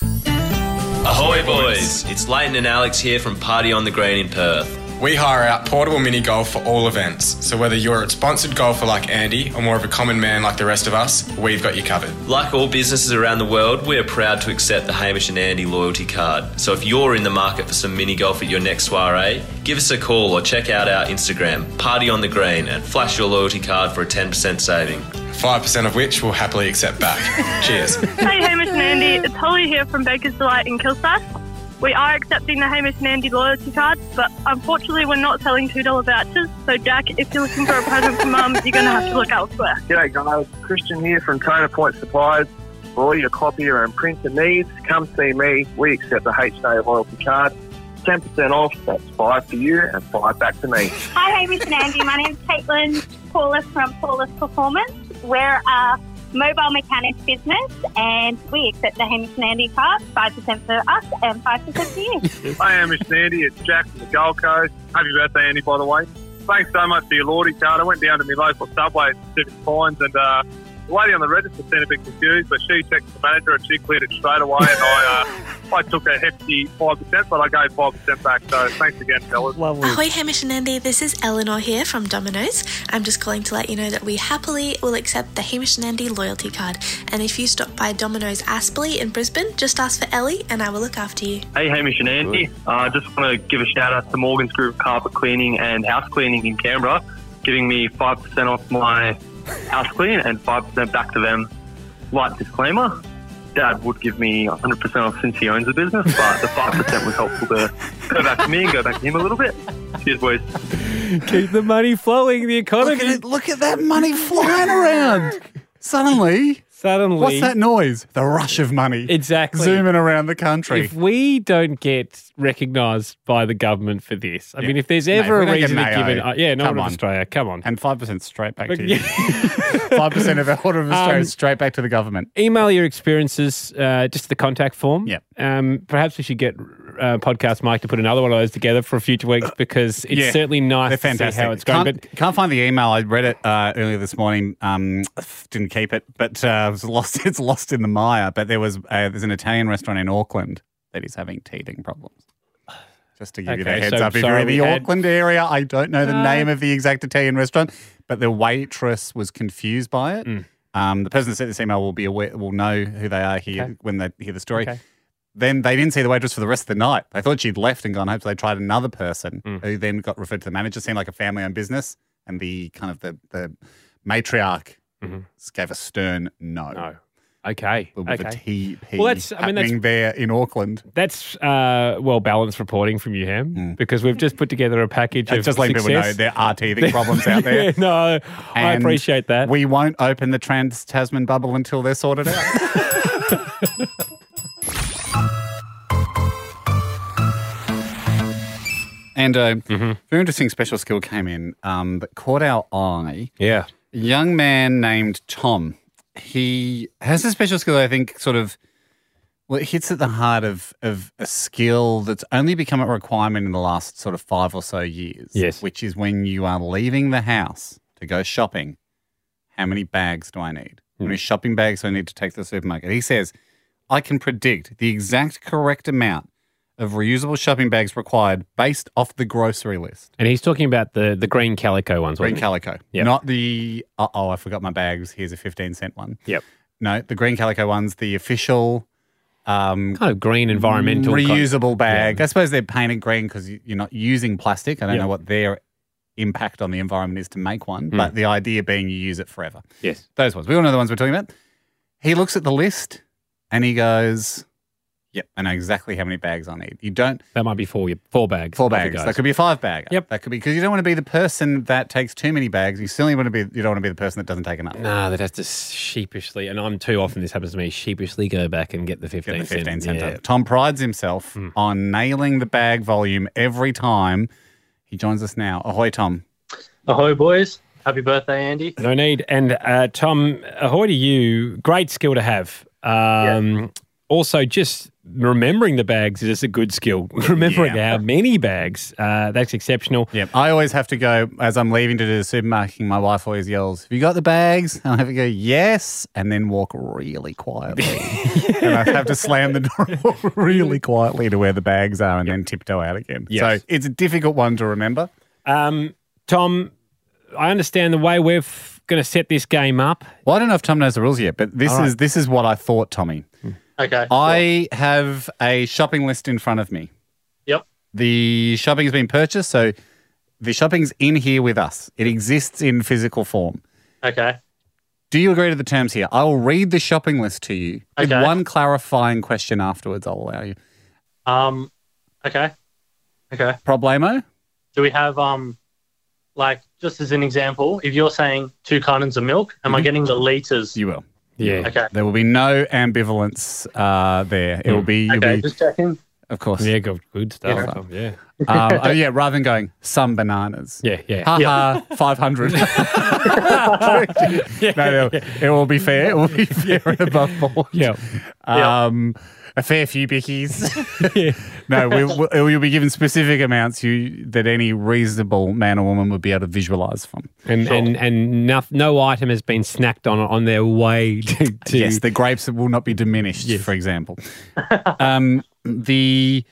S9: Ahoy, boys! It's Leighton and Alex here from Party on the Green in Perth.
S6: We hire out portable mini golf for all events. So whether you're a sponsored golfer like Andy or more of a common man like the rest of us, we've got you covered.
S9: Like all businesses around the world, we are proud to accept the Hamish and Andy loyalty card. So if you're in the market for some mini golf at your next soiree, give us a call or check out our Instagram, Party on the Green, and flash your loyalty card for a 10% saving.
S6: 5% of which we'll happily accept back. Cheers.
S10: Hey, Hamish and Andy, it's Holly here from Baker's Delight in Kilsyth. We are accepting the Hamish and Andy loyalty card, but unfortunately, we're not selling $2 vouchers. So, Jack, if you're looking for a present for mum, you're going to have to look elsewhere.
S11: G'day guys, Christian here from Toner Point Supplies. For all your copier and printer needs, come see me. We accept the HA loyalty card. 10% off, that's five for you and five back to me.
S12: Hi, Hamish and Andy. My name's Caitlin Paulus from Paulus Performance. We're a mobile mechanics business and we accept the Hamish and Andy card, 5% for us and 5% for you.
S11: Hi, Amish and Andy, it's Jack from the Gold Coast. Happy birthday, Andy, by the way. Thanks so much for your loyalty card. I went down to my local subway at Pacific Pines and uh, the lady on the register seemed a bit confused, but she checked the manager and she cleared it straight away and I, uh, I took a hefty 5%, but I gave 5% back, so thanks again, fellas.
S13: Ahoy, Hamish and Andy. This is Eleanor here from Domino's. I'm just calling to let you know that we happily will accept the Hamish and Andy loyalty card. And if you stop by Domino's Aspley in Brisbane, just ask for Ellie and I will look after you.
S14: Hey, Hamish and Andy. I uh, just want to give a shout out to Morgan's Group of Carpet Cleaning and House Cleaning in Canberra, giving me 5% off my house clean and 5% back to them. Light disclaimer Dad would give me 100% off since he owns the business, but the 5% was helpful to go back to me and go back to him a little bit. Cheers, boys.
S3: Keep the money flowing, the economy.
S5: Look at, it, look at that money flying around. Suddenly.
S3: Suddenly.
S5: What's that noise? The rush of money.
S3: Exactly.
S5: Zooming around the country.
S3: If we don't get recognised by the government for this, I mean, if there's ever
S5: we
S3: a
S5: don't get
S3: reason to
S5: an
S3: give
S5: AO,
S3: it, uh, yeah, no
S5: come
S3: one in
S5: on.
S3: Australia, come on.
S5: And 5% straight back to
S3: Yeah.
S5: you. 5% of our order of Australia
S3: Um,
S5: is straight back to the government.
S3: Email your experiences, uh, just the contact form.
S5: Yep.
S3: Um, perhaps we should get uh, podcast Mike to put another one of those together for future weeks because it's
S5: Uh, Yeah.
S3: certainly nice
S5: They're
S3: to
S5: fantastic.
S3: see how it's going.
S5: Can't,
S3: But
S5: can't find the email. I read it uh, earlier this morning. Um, didn't keep it, but uh, it was lost. It's lost in the mire. But there was uh, there's an Italian restaurant in Auckland that is having teething problems. Just to give you the
S3: Okay,
S5: heads
S3: so
S5: up, if you're
S3: sorry
S5: in the
S3: we had-
S5: Auckland area, I don't know the
S3: Uh,
S5: name of the exact Italian restaurant, but the waitress was confused by it.
S3: Mm.
S5: Um, the person that sent this email will be aware, will know who they are here
S3: Okay.
S5: when they hear the story.
S3: Okay.
S5: Then they didn't see the waitress for the rest of the night. They thought she'd left and gone home, so they tried another person
S3: Mm.
S5: who then got referred to the manager. Seemed like a family-owned business, and the kind of the the matriarch
S3: Mhm.
S5: gave a stern no.
S3: no, okay,
S5: With a
S3: okay.
S5: TP
S3: Well, that's- I mean,
S5: happening
S3: that's-
S5: there in Auckland.
S3: That's uh, well balanced reporting from you, Ham,
S5: Mm.
S3: because we've just put together a package of
S5: That's just letting people know
S3: success.
S5: there are teething problems out there.
S3: Yeah, no, I
S5: And
S3: appreciate that.
S5: We won't open the Trans Tasman bubble until they're sorted out. and a very interesting special skill came in um, that caught our eye.
S3: yeah.
S5: A young man named Tom. He has a special skill, I think, sort of. Well, it hits at the heart of, of a skill that's only become a requirement in the last sort of five or so years.
S3: Yes.
S5: Which is when you are leaving the house to go shopping, how many bags do I need? How many shopping bags do I need to take to the supermarket? He says, I can predict the exact correct amount of reusable shopping bags required based off the grocery list.
S3: And he's talking about the the green calico ones.
S5: Green
S3: wasn't he?
S5: calico.
S3: Yep.
S5: Not the, uh oh, I forgot my bags. Here's a 15 cent one.
S3: Yep.
S5: No, the green calico one's the official um,
S3: kind of green environmental. con-
S5: reusable bag.
S3: Yeah.
S5: I suppose they're painted green because you're not using plastic. I don't
S3: Yeah.
S5: know what their impact on the environment is to make one,
S3: Mm.
S5: but the idea being you use it forever.
S3: yes.
S5: Those ones. We all know the ones we're talking about. He looks at the list and he goes, Yep, I know exactly how many bags I need. You don't
S3: That might be four four bags.
S5: Four
S3: Off it
S5: bags.
S3: goes.
S5: That could be a five bag.
S3: Yep.
S5: That could be because you don't want to be the person that takes too many bags. You certainly want to be. You don't want to be the person that doesn't take enough.
S3: No, that has to sheepishly, and I'm too often this happens to me, sheepishly go back and get the 15
S5: Get the fifteen
S3: cent.
S5: cent. Tom prides himself
S3: Mm.
S5: on nailing the bag volume every time. He joins us now. Ahoy, Tom.
S14: Ahoy, boys. Happy birthday, Andy.
S3: No need. And uh, Tom, ahoy to you. Great skill to have. Um, also, just remembering the bags is just a good skill. remembering how many bags, uh, that's exceptional.
S5: Yep. I always have to go as I'm leaving to do the supermarket. My wife always yells, "Have you got the bags?" And I have to go, "Yes," and then walk really quietly, and I have to slam the door really quietly to where the bags are, and then tiptoe out again. So it's a difficult one to remember.
S3: Um, Tom, I understand the way we're f- going to set this game up.
S5: Well, I don't know if Tom knows the rules yet, but this is this is what I thought, Tommy.
S15: Okay.
S5: I have a shopping list in front of me.
S15: Yep.
S5: The shopping has been purchased, so the shopping's in here with us. It exists in physical form.
S15: Okay.
S5: Do you agree to the terms here? I will read the shopping list to you with
S15: Okay.
S5: one clarifying question afterwards. I'll allow you.
S15: Um. Okay. Okay.
S5: Problemo?
S15: Do we have um, like just as an example, if you're saying two cartons of milk, am I
S5: Mhm.
S15: getting the liters?
S5: You will. Yeah.
S15: Okay.
S5: There will be no ambivalence uh, there. It will be. You'll
S15: Okay.
S5: be
S15: Just checking.
S5: of course.
S3: Yeah, good, good stuff. Tom, Yeah.
S5: Um, oh yeah, rather than going some bananas.
S3: Yeah, yeah.
S5: Ha ha, five hundred. no, no, it will be fair. It will be fair and above board.
S3: Yeah.
S5: Um, a fair few bickies. no, we'll, we'll, you'll be given specific amounts you that any reasonable man or woman would be able to visualize from.
S3: And and and no, no item has been snacked on on their way to. to
S5: yes, the grapes will not be diminished, for example. um, the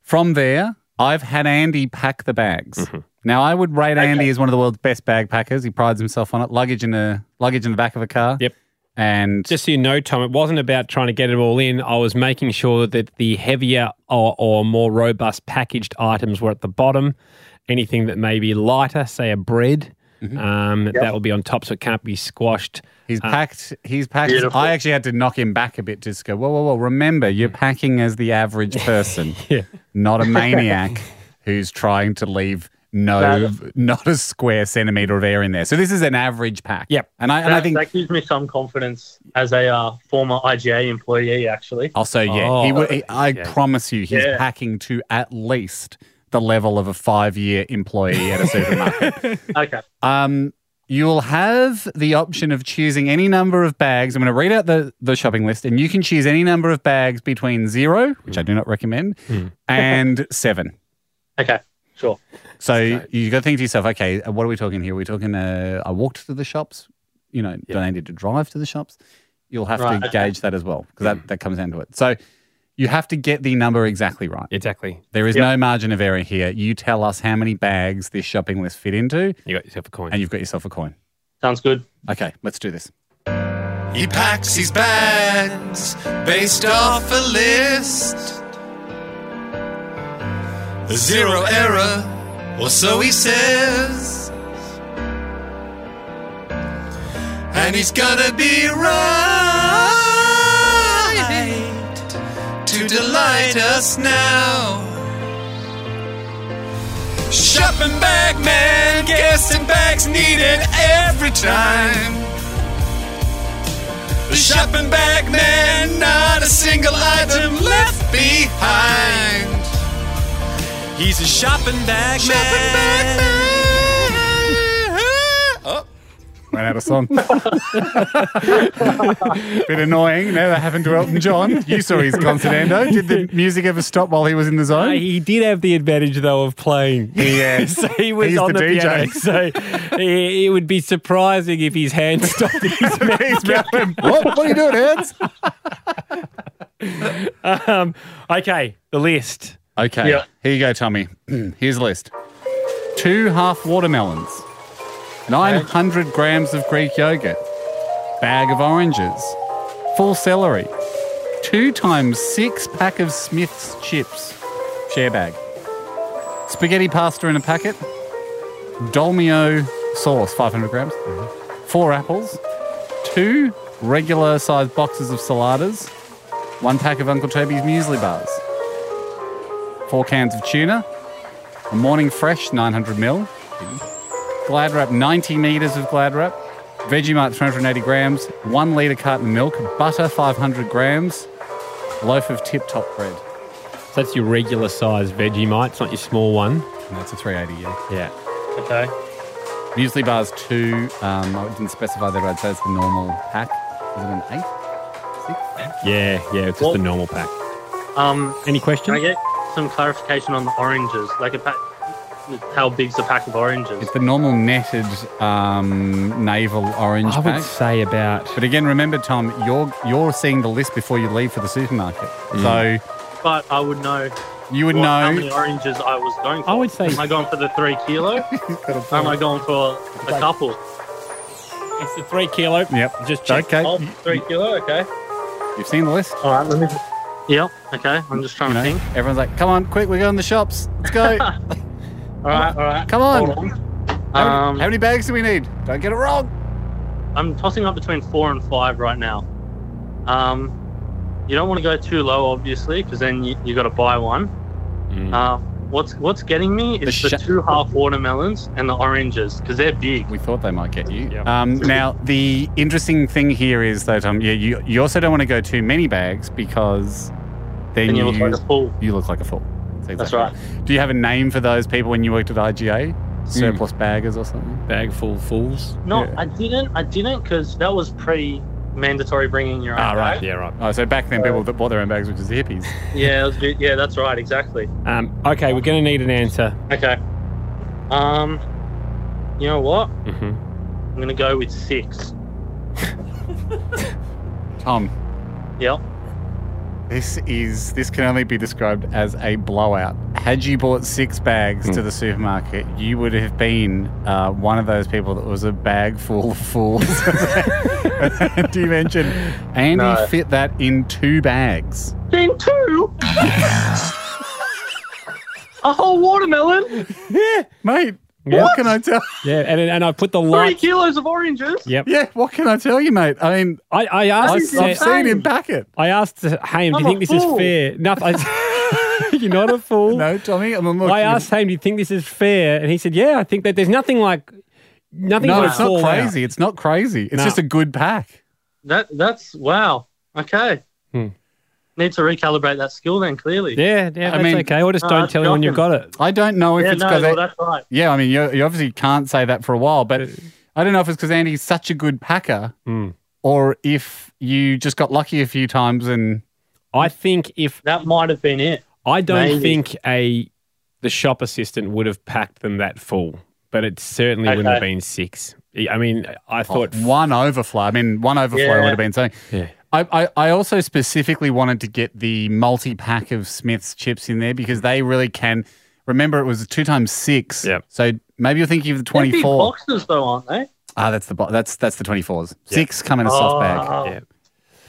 S5: from there, I've had Andy pack the bags. Now I would rate Andy as one of the world's best bag packers. He prides himself on it. Luggage in a luggage in the back of a car.
S3: Yep.
S5: And
S3: just so you know, Tom, it wasn't about trying to get it all in. I was making sure that the heavier or, or more robust packaged items were at the bottom. Anything that may be lighter, say a bread, um, that will be on top, so it can't be squashed.
S5: He's packed. He's packed. I actually had to knock him back a bit. Just go. Whoa, whoa, whoa! Remember, you're packing as the average person,
S3: Mm. Yeah.
S5: not a maniac who's trying to leave no, not a square centimeter of air in there. So this is an average pack. Yep. And I and I
S15: That-
S5: think
S15: that gives me some confidence as a uh, former IGA employee, actually.
S5: Also, yeah, he would. He, I
S15: Yeah.
S5: promise you, he's
S15: Yeah.
S5: packing to at least the level of a five-year employee at a supermarket.
S15: okay.
S5: um, you'll have the option of choosing any number of bags. I'm going to read out the the shopping list, and you can choose any number of bags between zero, which I do not recommend,
S15: Hmm.
S5: and seven.
S15: Okay. Sure.
S5: So you got to think to yourself, okay, uh, what are we talking here? Are we talking? Uh, I walked to the shops. You know, don't I need to drive to the shops? You'll have
S15: Right,
S5: to
S15: okay. Mm.
S5: gauge that as well because that, that comes down to it. So you have to get the number exactly right.
S3: Exactly.
S5: There is
S3: Yep.
S5: no margin of error here. You tell us how many bags this shopping list fit into.
S3: You got yourself a coin,
S5: and you've got yourself a coin.
S15: Sounds good.
S5: Okay, let's do this.
S16: He packs his bags based off a list. Zero error, or so he says. And he's gonna be right to delight us now. Shopping bag man, guessing bags needed every time. The shopping bag man, not a single item left behind. He's a shopping bag man. Oh.
S5: Ran out of song. Bit annoying. Now that happened to Elton John. You saw his concert, Ando. Did the music ever stop while he was in the zone?
S3: he did have the advantage though of playing.
S5: Yeah.
S3: so he was
S5: He's
S3: on
S5: the
S3: the,
S5: DJ.
S3: piano, so it, it would be surprising if his hand stopped at his mouth.
S5: What? What are you doing, Hans?
S3: um, okay, the list.
S5: Okay.
S3: Yeah.
S5: Here you go, Tommy. Here's the list two half watermelons, 900 grams of Greek yogurt, bag of oranges, full celery, two times six pack of Smith's chips, share bag, spaghetti pasta in a packet, Dolmio sauce, 500 grams, four apples, two regular sized boxes of saladas, one pack of Uncle Toby's muesli bars four cans of tuna, a morning fresh 900 mil, Glad Wrap 90 meters of Glad Wrap, Vegemite 380 grams, one liter carton of milk, butter 500 grams, loaf of Tip Top bread.
S3: So that's your regular size Vegemite. It's not your small one.
S5: That's a 380, yeah.
S3: Yeah.
S15: Okay.
S5: Muesli bars two. Um, I didn't specify that. I'd say it's the normal pack. Is it an eight?
S3: Yeah, yeah, it's just
S15: Well-
S3: a normal pack.
S15: Um,
S3: Any questions?
S15: Can I get some clarification on the oranges? Like a pack, how big's a pack of oranges?
S5: It's the normal netted um, naval orange.
S15: I would
S3: say about.
S5: But again, remember, Tom, you're you're seeing the list before you leave for the supermarket,
S15: Mm.
S5: so
S15: But I would know.
S5: you would
S15: what- how
S5: know.
S15: many oranges I was going for.
S5: I would say-
S15: Am I going for the three kilo? Or am I going for a couple?
S3: It's the three kilo.
S5: Yep.
S3: Just
S15: check.
S5: Okay.
S15: Oh, three kilo. Okay.
S5: You've seen the list.
S15: All right. Let me. Yep. Okay. I'm just trying
S5: You know,
S15: to think.
S5: Everyone's like, "Come on, quick! We're going to the shops. Let's go." all
S15: right, all right.
S5: Come on.
S15: Hold
S5: How, many-
S15: Um,
S5: how many bags do we need? Don't get it wrong.
S15: I'm tossing up between four and five right now. Um, you don't want to go too low, obviously, because then you, you got to buy one.
S3: Mm.
S15: Uh, what's what's getting me is the, two half watermelons and the oranges because they're big.
S5: We thought they might get you. Um, now, the interesting thing here is though, Tom, yeah, you, you also don't want to go too many bags because then
S15: Then you look like a fool.
S5: You look like a fool.
S15: That's
S5: exactly Do you have a name for those people when you worked at IGA? Surplus baggers or something?
S3: Bag full fools.
S15: No, I didn't. I didn't because that was pre mandatory bringing your own.
S5: Ah, right.
S15: bag.
S3: Yeah, right.
S5: Oh, so back
S15: Uh,
S5: then people that bought their own bags, which is the hippies.
S15: Yeah, it was good. yeah, that's right. Exactly.
S3: Um, okay, we're going to need an answer.
S15: Okay. Um, you know what?
S3: hmm
S15: I'm gonna go with six.
S5: Tom,
S15: Yep.
S5: This is this can only be described as a blowout. Had you bought six bags
S15: Hmm.
S5: to the supermarket, you would have been uh, one of those people that was a bag full of fools. Do you mention Andy
S15: No.
S5: fit that in two bags?
S15: Then two. a whole watermelon.
S5: Yeah, mate. What
S3: What?
S5: can I tell?
S3: Yeah, and, and I put the
S15: Three
S3: light.
S15: kilos of oranges.
S3: Yep.
S5: Yeah, what can I tell you, mate? I mean,
S3: I, I
S5: I,
S3: asked.
S5: have seen him back it.
S3: I asked Ham, do
S5: I'm
S3: you
S5: a
S3: think this is
S5: fool.
S3: fair? Nothing. You're not a fool.
S5: No, Tommy, I'm not.
S3: I asked Ham, do you think this is fair? And he said, yeah, I think that there's nothing like. Nothing
S5: No,
S3: like
S5: it's not
S3: fallout.
S5: crazy. It's not crazy. It's
S3: No.
S5: just a good pack.
S15: That that's wow. Okay.
S3: Hmm.
S15: Need to recalibrate that skill then. Clearly.
S3: Yeah, yeah, that's okay. Or just
S15: No,
S3: don't
S15: that's
S3: tell you when you've got
S15: shocking.
S3: it.
S5: I don't know if
S15: yeah,
S5: it's
S15: no,
S5: because
S15: well, that's right.
S5: Yeah, I mean, you, you obviously can't say that for a while, but I don't know if it's because Andy's such a good packer
S3: Mm.
S5: or if you just got lucky a few times and.
S3: I think if
S15: that might have been it.
S3: I don't
S15: Maybe.
S3: think a the shop assistant would have packed them that full, but it certainly wouldn't have
S5: Okay.
S3: been six. I mean,
S15: Oh,
S3: I thought
S5: one overflow. I mean, one overflow
S3: Oh, Yeah.
S5: would have been something.
S3: Yeah.
S5: I, I, I also specifically wanted to get the multi pack of Smith's chips in there because they really can. Remember, it was two times six. Yep. So maybe you're thinking of the
S15: They're big
S5: 24.
S15: boxes though, aren't they?
S5: Ah, that's the bo- that's that's the 24s. Six come in a soft
S15: Oh.
S5: bag.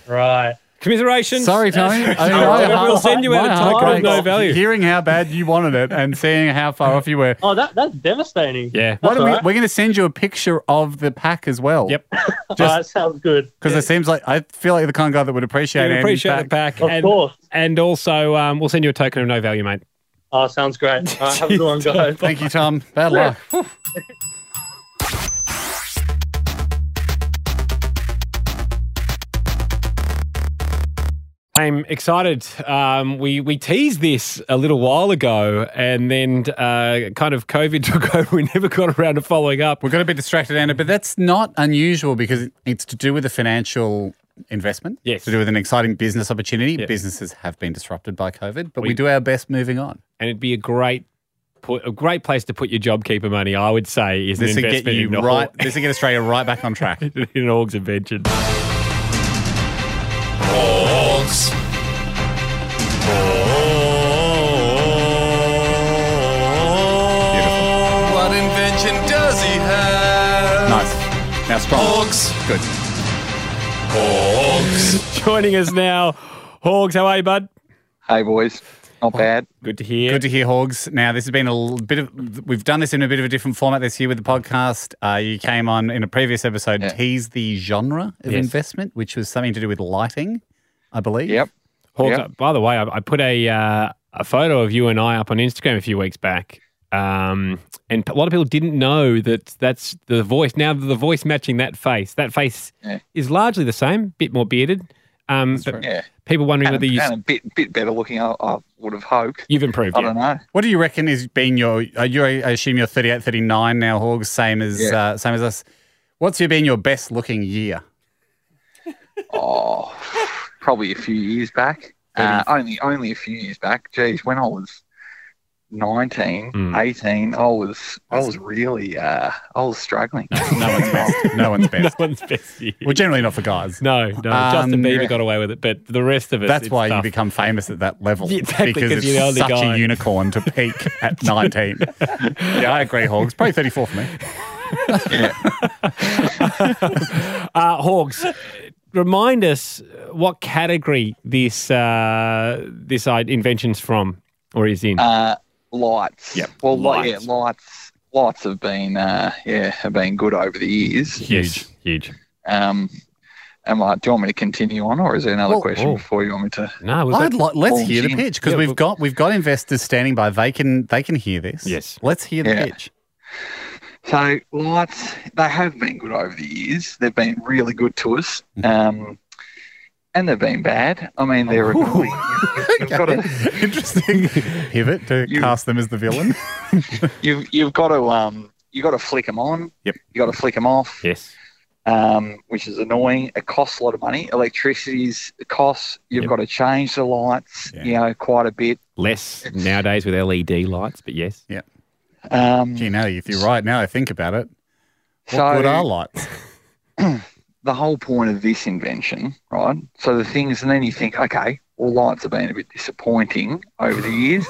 S15: Right.
S3: Commiserations.
S5: Sorry, Tony.
S3: That's-
S5: I mean,
S3: Sorry,
S5: I-
S3: but we'll send you out
S5: my
S3: a token
S5: heart
S3: of no
S5: breaks
S3: value.
S5: Hearing how bad you wanted it and seeing how far off you were.
S15: Oh, that that's devastating.
S3: Yeah.
S5: Why don't we,
S15: alright.
S5: We're going to send you a picture of the pack as well. Yep.
S15: Oh, that sounds good.
S5: Because it seems like I feel like the kind of guy that would appreciate
S3: We'd
S5: Andy's
S3: appreciate
S5: pack.
S3: the pack.
S15: Of
S3: and,
S15: course.
S3: And also, um, we'll send you a token of no value, mate.
S15: Oh, sounds great. All right, have a good one, guys.
S5: Thank you, Tom. Bad
S15: Yeah.
S5: luck.
S3: I'm excited. Um, we we teased this a little while ago, and then uh, kind of COVID took over. We never got around to following up.
S5: We got a bit distracted, Anna, but that's not unusual because it- it's to do with a financial investment. Yes. To do with an exciting business opportunity. Businesses have been disrupted by COVID, but we,
S3: We-
S5: do our best moving on.
S3: and it'd be a great put, a great place to put your JobKeeper money. I would say is
S5: This
S3: an
S5: would get
S3: investment
S5: you
S3: in a
S5: right. This would get Australia right back on track.
S3: in an orgs invention.
S16: Orgs. Beautiful. What invention does he have?
S5: Nice. Now strong.
S16: Orgs.
S5: Good.
S3: Orgs. Joining us now, Hogs. How are you, bud?
S13: Hey, boys. Not bad.
S3: Good to hear.
S5: Good to hear, Hogs. Now, this has been a l- bit of. We've done this in a bit of a different format this year with the podcast. Uh, you came on in a previous episode, teased the genre of
S3: Yes.
S5: investment, which was something to do with lighting, I believe.
S13: Yep.
S3: Hawks, uh, by the way, I, I put a uh, a photo of you and I up on Instagram a few weeks back, um, and a lot of people didn't know that that's the voice. Now the voice matching that face, that face is largely the same, bit more bearded. Um, but
S13: Yeah.
S3: People wondering
S13: And,
S3: whether you
S13: and a bit, bit better looking, uh, I, I would have hoped.
S3: you've improved.
S13: I
S3: yeah.
S13: don't know.
S5: What do you reckon is being your? Uh, you I assume you're 38, 39 now, Hogs. Same as
S13: Yeah.
S5: uh, same as us. What's your been your best looking year?
S13: Oh, probably a few years back. Uh, only only a few years back. Geez, when I was 19, 18, I was I was really uh, I was struggling.
S5: No one's best. No one's best.
S3: no one's best. Yeah.
S5: Well, generally not for guys.
S3: No, no. Justin Bieber got away with it, but the rest of us.
S5: Um, That's
S3: it's
S5: why you
S3: tough.
S5: become famous at that level.
S3: Yeah, exactly,
S5: because
S3: 'cause
S5: it's
S3: you're the only
S5: such
S3: guy.
S5: a unicorn to peak at 19. yeah, I agree, Hogs. Probably 34 for me.
S3: uh, Hawks, remind us what category this uh, this i- invention's from or is in.
S13: Uh, lights.
S3: Yep,
S13: Well, li-
S3: lights.
S13: yeah, lights. Lights have been uh, yeah have been good over the years.
S3: Huge, huge.
S13: Um, am I? Do you want me to continue on, or is there another
S5: Well-
S13: question
S5: Oh.
S13: before you want me to?
S3: No,
S5: I'd like, let's hear the pitch
S13: pitch
S5: because we've got we've got investors standing by. They can they can hear this. Yes. Let's hear the
S13: Yeah.
S5: pitch.
S13: So lights, they have been good over the years. They've been really good to us, um, and they've been bad. I mean, they're annoying. You've got to,
S5: Interesting pivot to cast them as the villain.
S13: you've, you've got to, um, you got to flick them on.
S5: Yep.
S13: You got to flick them off.
S3: Yes.
S13: Um, which is annoying. It costs a lot of money. Electricity's costs. You've got to change the lights. You know, quite a bit.
S3: Less nowadays with LED lights, but yes.
S5: Yeah.
S13: Um,
S5: Gee, now if you're right now, I think about it. What
S13: So-
S5: good are lights?
S13: the whole point of this invention, right? So the things, and then you think, okay, well, lights have been a bit disappointing over the years.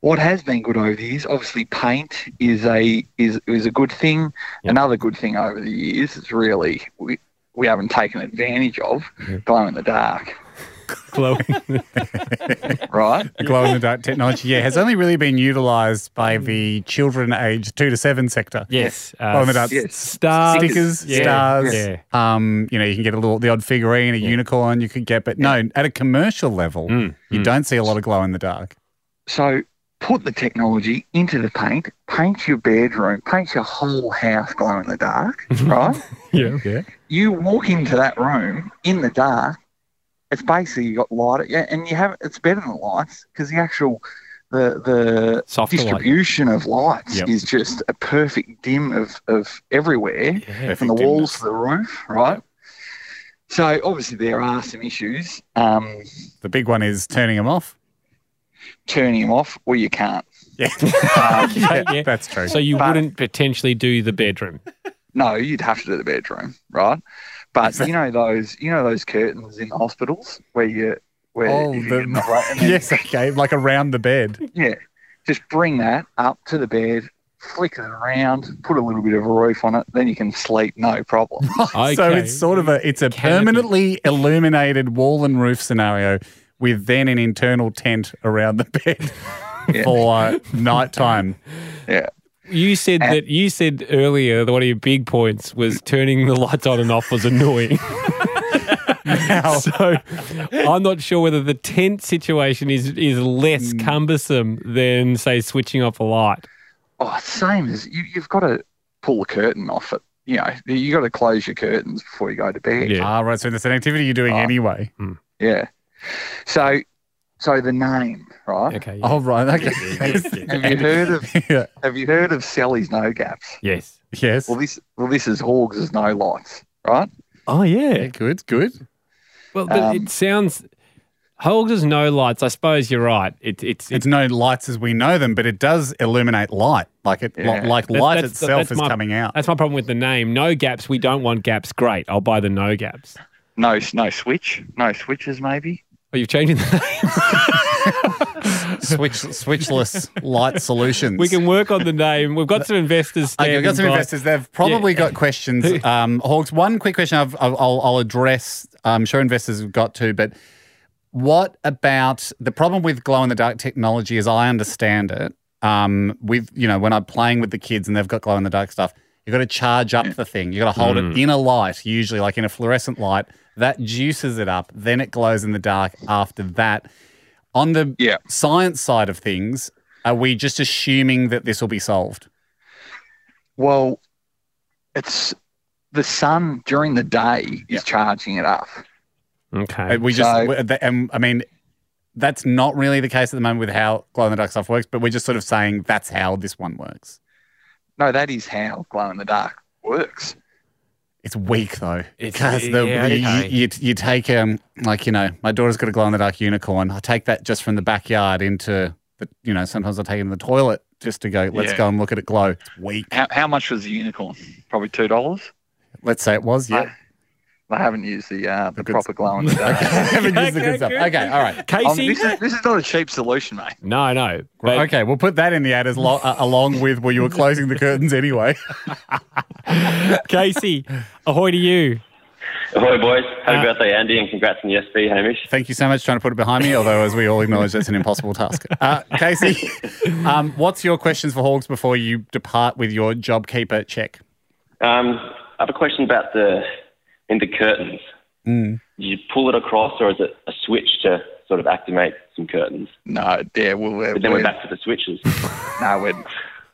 S13: What has been good over the years, obviously, paint is a is is a good thing. Another good thing over the years is really we we haven't taken advantage of glow in the dark,
S3: Glowing.
S13: right?
S5: glow in the dark technology, yeah, has only really been utilised by the children aged two to seven sector.
S3: Yes, uh,
S5: glow in the dark
S3: yes.
S5: stars, stickers,
S3: Yeah,
S5: stars.
S3: yeah.
S5: Um, you know, you can get a little the odd figurine, a unicorn. You could get, but no, at a commercial level,
S3: Mm.
S5: you don't see a lot of glow in the dark.
S13: So put the technology into the paint, paint your bedroom, paint your whole house glow in the dark, right?
S3: Yeah. Yeah.
S13: you walk into that room in the dark. It's basically you got light, yeah, and you have it's better than lights because the actual the the
S3: Softer light.
S13: distribution of lights
S3: Yep.
S13: is just a perfect dim of of everywhere from the
S5: Perfect
S13: walls to the roof, right? So obviously there are some issues. Um,
S5: the big one is turning them off.
S13: Turning them off, or you can't.
S5: Yeah,
S3: Yeah, yeah.
S5: that's true.
S3: So you
S13: But-
S3: wouldn't potentially do the bedroom.
S13: No, you'd have to do the bedroom, right? But you know those, you know those curtains in hospitals where you where
S5: Oh,
S13: if you
S5: the-
S13: get in the right, and then-
S5: yes, okay, like around the bed.
S13: yeah, just bring that up to the bed, flick it around, put a little bit of a roof on it, then you can sleep no problem.
S5: So it's sort of a it's a permanently illuminated wall and roof scenario with then an internal tent around the bed for nighttime.
S13: Yeah.
S3: You said that you said earlier that one of your big points was turning the lights on and off was annoying. so I'm not sure whether the tent situation is is less
S5: Mm.
S3: cumbersome than say switching off a light.
S13: Oh, same as you, you've got to pull the curtain off it. You know, you got to close your curtains before you go to bed.
S5: Ah, right. So it's an activity you're
S3: Ah.
S5: doing anyway.
S13: Yeah. So, so the name, right?
S3: Okay.
S5: Oh, right. Okay.
S13: Have you heard of
S5: Yeah.
S13: Have you heard of Sally's no gaps?
S3: Yes.
S5: Yes.
S13: Well, this well this is Hogs' no lights, right?
S3: Oh yeah.
S5: good, good.
S3: Well, but
S13: Um,
S3: it sounds Holger's no lights. I suppose you're right. It, it's
S5: It's no lights as we know them, but it does illuminate light. Like it,
S3: Yeah.
S5: like
S3: That-
S5: light
S3: that's the-
S5: itself
S3: that's
S5: is
S3: my-
S5: coming out.
S3: That's my problem with the name. No gaps. We don't want gaps. Great. I'll buy the no gaps.
S13: No, no switch, no switches, maybe.
S3: Oh, you've changed the
S5: Switch, switchless light solutions.
S3: We can work on the name. We've got some investors.
S5: Okay, we've got
S3: standing by.
S5: some investors. They've probably
S3: Yeah.
S5: got questions. Um, Hawks, one quick question I've, I'll, I'll I'll address. I'm sure investors have got to, but what about the problem with glow in the dark technology? As I understand it, um, with you know when I'm playing with the kids and they've got glow in the dark stuff, you've got to charge up the thing. You've got to hold
S3: Mm.
S5: it in a light, usually like in a fluorescent light. That juices it up. Then it glows in the dark. After that, on the science side of things, are we just assuming that this will be solved?
S13: Well, it's the sun during the day is charging it up.
S3: Okay.
S5: We just, we- the- and I mean, that's not really the case at the moment with how glow in the dark stuff works, but we're just sort of saying that's how this one works.
S13: No, that is how glow in the dark works.
S5: It's weak though,
S16: It's-
S5: because the,
S16: yeah,
S5: you-
S16: okay.
S5: you, you take um like you know my daughter's got a glow in the dark unicorn. I take that just from the backyard into the you know sometimes I take it in the toilet just to go. Let's
S13: Yeah.
S5: go and look at it glow. It's weak.
S13: How, how much was the unicorn? Probably two dollars.
S5: Let's say it was yeah.
S13: I haven't used the uh, the proper glow in the dark.
S5: haven't used the good stuff. Okay, all right.
S13: Um, this, is, this is not a cheap solution, mate.
S3: No, no.
S5: Um, okay, we'll put that in the ad as lo- uh, along with where you were closing the curtains anyway.
S3: Casey, ahoy to you.
S14: Ahoy, boys. Happy birthday, Andy, and congrats on the SB, Hamish.
S5: Thank you so much trying to put it behind me, although, as we all acknowledge, that's an impossible task. Uh, Casey, um, what's your questions for Hogs before you depart with your JobKeeper check?
S14: Um, I have a question about the in the curtains. Do you pull it across, or is it a switch to sort of activate some curtains?
S13: No, yeah, well, we're,
S14: But then we're
S13: we're-
S14: back to the switches.
S13: No, we're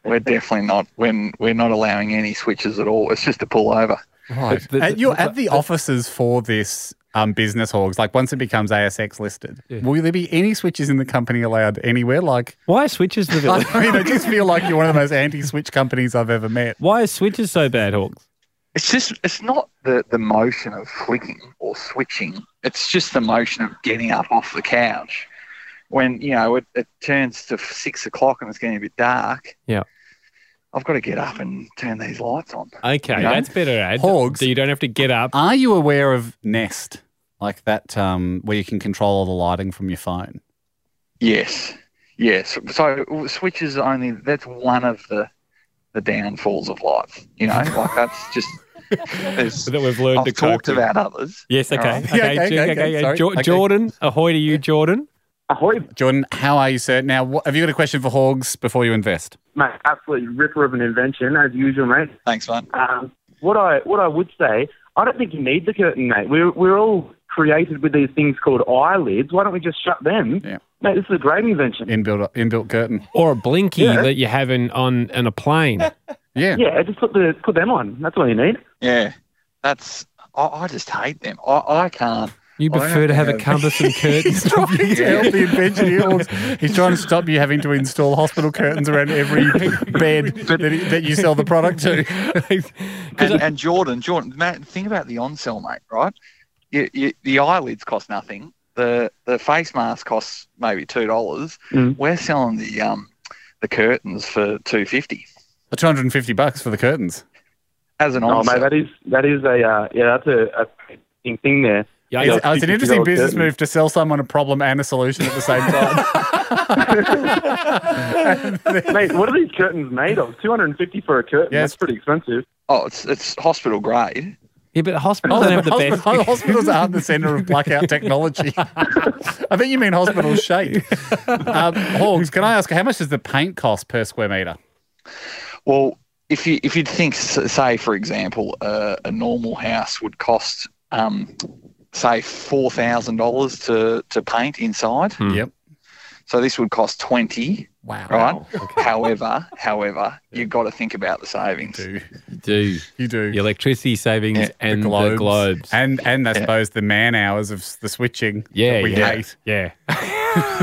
S13: we're definitely not. We're, we're not allowing any switches at all. It's just a pullover.
S5: Right. At- you're at the offices for this um, business Hogs. Like, once it becomes ASX listed, will there be any switches in the company allowed anywhere? Like,
S3: why are switches the villain?
S5: I mean, I just feel like you're one of the most anti-switch companies I've ever met.
S3: Why are switches so bad, Hawks?
S13: It's just it's not the the motion of flicking or switching. It's just the motion of getting up off the couch when you know it, it turns to six o'clock and it's getting a bit dark.
S3: Yeah.
S13: I've got to get up and turn these lights on.
S3: Okay,
S13: You know?
S3: that's better ad.
S5: Hogs.
S3: So you don't have to get up.
S5: Are you aware of Nest, like that, um, where you can control all the lighting from your phone?
S13: Yes, yes. So switches are only that's one of the the downfalls of life. You know, like that's just.
S3: that we've learned
S13: I've
S3: to cope
S13: talked
S3: with.
S13: about others.
S3: Yes, okay.
S13: Alright.
S3: Okay, Yeah, okay, okay, okay, yeah. sorry. Jo- Okay. Jordan, ahoy to you, Jordan.
S17: Ahoy.
S5: Jordan, how are you, sir? Now, what, have you got a question for Hogs before you invest?
S17: mate, absolute ripper of an invention as usual, mate.
S13: Thanks, mate.
S17: Um, what I what I would say, I don't think you need the curtain, mate. We're we're all created with these things called eyelids. Why don't we just shut them?
S5: Yeah.
S17: Mate, this is a great invention.
S5: Inbuilt, inbuilt curtain.
S3: Or a blinky
S17: Yeah.
S3: that you have in, on, on a plane.
S5: Yeah.
S17: Yeah, just put the put them on. That's all you need.
S13: Yeah, that's. I, I just hate them. I, I can't.
S3: You
S13: I
S3: prefer
S13: don't
S3: to have a
S13: think I-
S3: cumbersome curtain.
S5: He's trying to help the invention. He always- He's trying to stop you having to install hospital curtains around every bed that, he- that you sell the product to.
S13: and, and Jordan, Jordan, Matt, think about the on sale, mate. Right, you, you, the eyelids cost nothing. The the face mask costs maybe two dollars.
S5: Mm.
S13: We're selling the um the curtains for two fifty
S5: Two hundred and fifty bucks for the curtains.
S13: as an
S17: Oh,
S13: on
S17: mate,
S13: sale.
S17: that is that is a uh, yeah, that's a, a thing, thing there.
S5: Yeah, it's, it's an interesting business move to sell someone a problem and a solution at the same time.
S17: mate, what are these curtains made of? Two hundred and fifty for a curtain.
S5: Yeah,
S17: that's pretty expensive.
S13: Oh, it's it's hospital grade.
S3: Yeah, but
S5: Oh,
S3: hospitals
S5: but hospital- Hospitals aren't the centre of blackout technology. I think you mean hospital shape. Um, Hawks, can I ask how much does the paint cost per square metre?
S13: Well, if you if you'd think, s- say for example, uh, a normal house would cost um, say four thousand dollars to to paint inside.
S5: Yep.
S13: So this would cost twenty.
S5: Wow.
S13: Right. However, however, you've got to think about the savings.
S3: do.
S5: You do.
S3: The electricity savings and the globes.
S5: globes. And and I suppose the man hours of s- the switching
S3: Yeah,
S5: that we
S3: yeah,
S5: hate.
S3: Yeah.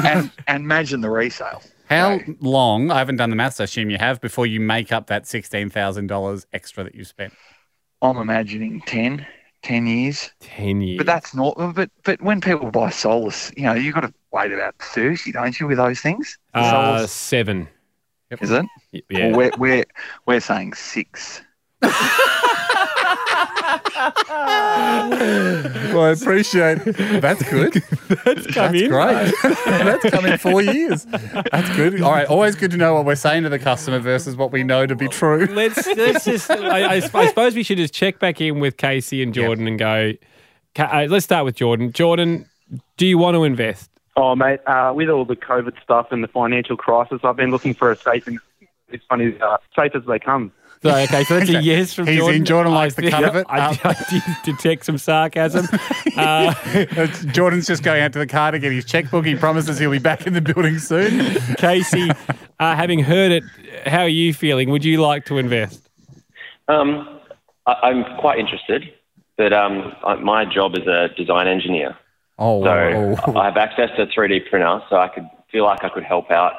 S13: and, and imagine the resale.
S5: How long, I haven't done the maths, I assume you have, before you make up that $16,000 extra that you've spent?
S13: I'm imagining 10, 10 years.
S3: 10 years.
S13: But that's not. But but when people buy Solus, you know, you've got to wait about thirty, don't you, with those things?
S3: Uh,
S13: Solus,
S3: seven.
S13: is it?
S3: Yeah.
S13: Well, we're, we're we're saying six.
S5: well, I appreciate That's good. That's
S16: come in.
S5: great. That's come in four years. That's good. All right. Always good to know what we're saying to the customer versus what we know to be true.
S3: Let's, let's just. I, I, sp- I suppose we should just check back in with Casey and Jordan and go. Ca- uh, let's start with Jordan. Jordan, do you want to invest?
S17: Oh, mate, uh, with all the COVID stuff and the financial crisis, I've been looking for a safe. And it's funny, uh, safe as they come.
S3: So, okay, so that's a yes from
S17: He's in.
S3: Jordan.
S17: Jordan
S3: I
S17: likes the
S3: think-
S17: cut of it.
S3: I,
S17: Um,
S3: I did detect some sarcasm. Uh,
S5: Jordan's just going out to the car to get his checkbook. He promises he'll be back in the building soon.
S3: Casey, uh, having heard it, how are you feeling? Would you like to invest?
S14: Um, I, I'm quite interested, but um, I, my job is a design engineer.
S5: Oh,
S14: so I have access to a 3D printer, so I could feel like I could help out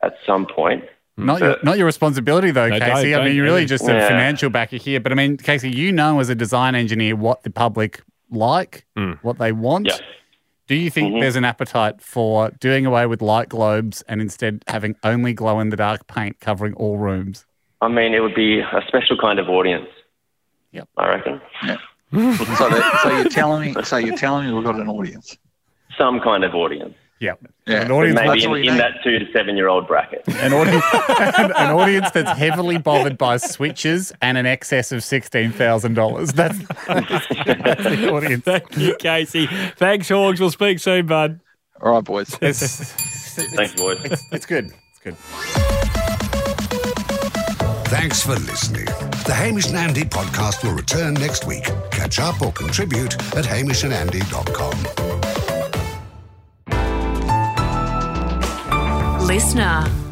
S14: at some point.
S5: Not your, not your responsibility though,
S3: No,
S5: Casey.
S3: don't-
S5: I mean, you're
S3: don't-
S5: really just a
S3: Yeah.
S5: financial backer here. But I mean, Casey, you know as a design engineer what the public like, what they want. Do you think
S3: Mhm.
S5: there's an appetite for doing away with light globes and instead having only glow in the dark paint covering all rooms?
S14: I mean, it would be a special kind of audience.
S5: Yep.
S14: I reckon.
S13: so, that, so you're telling me. So you're telling me we've got an audience.
S14: Some kind of audience.
S5: Yeah.
S13: Yeah.
S5: An audience
S14: maybe
S5: that's all
S14: in,
S5: you
S14: in
S5: need.
S14: that two to seven year old bracket.
S5: An audience, an, an audience that's heavily bothered by switches and an excess of sixteen thousand dollars. That's the audience.
S3: Thank you, Casey. Thanks, Hawks. We'll speak soon, bud.
S13: All right, boys.
S14: Thanks, boys.
S5: It's, it's good. It's good.
S2: Thanks for listening. The Hamish and Andy podcast will return next week. Catch up or contribute at hamishandandy.com.
S1: Listener.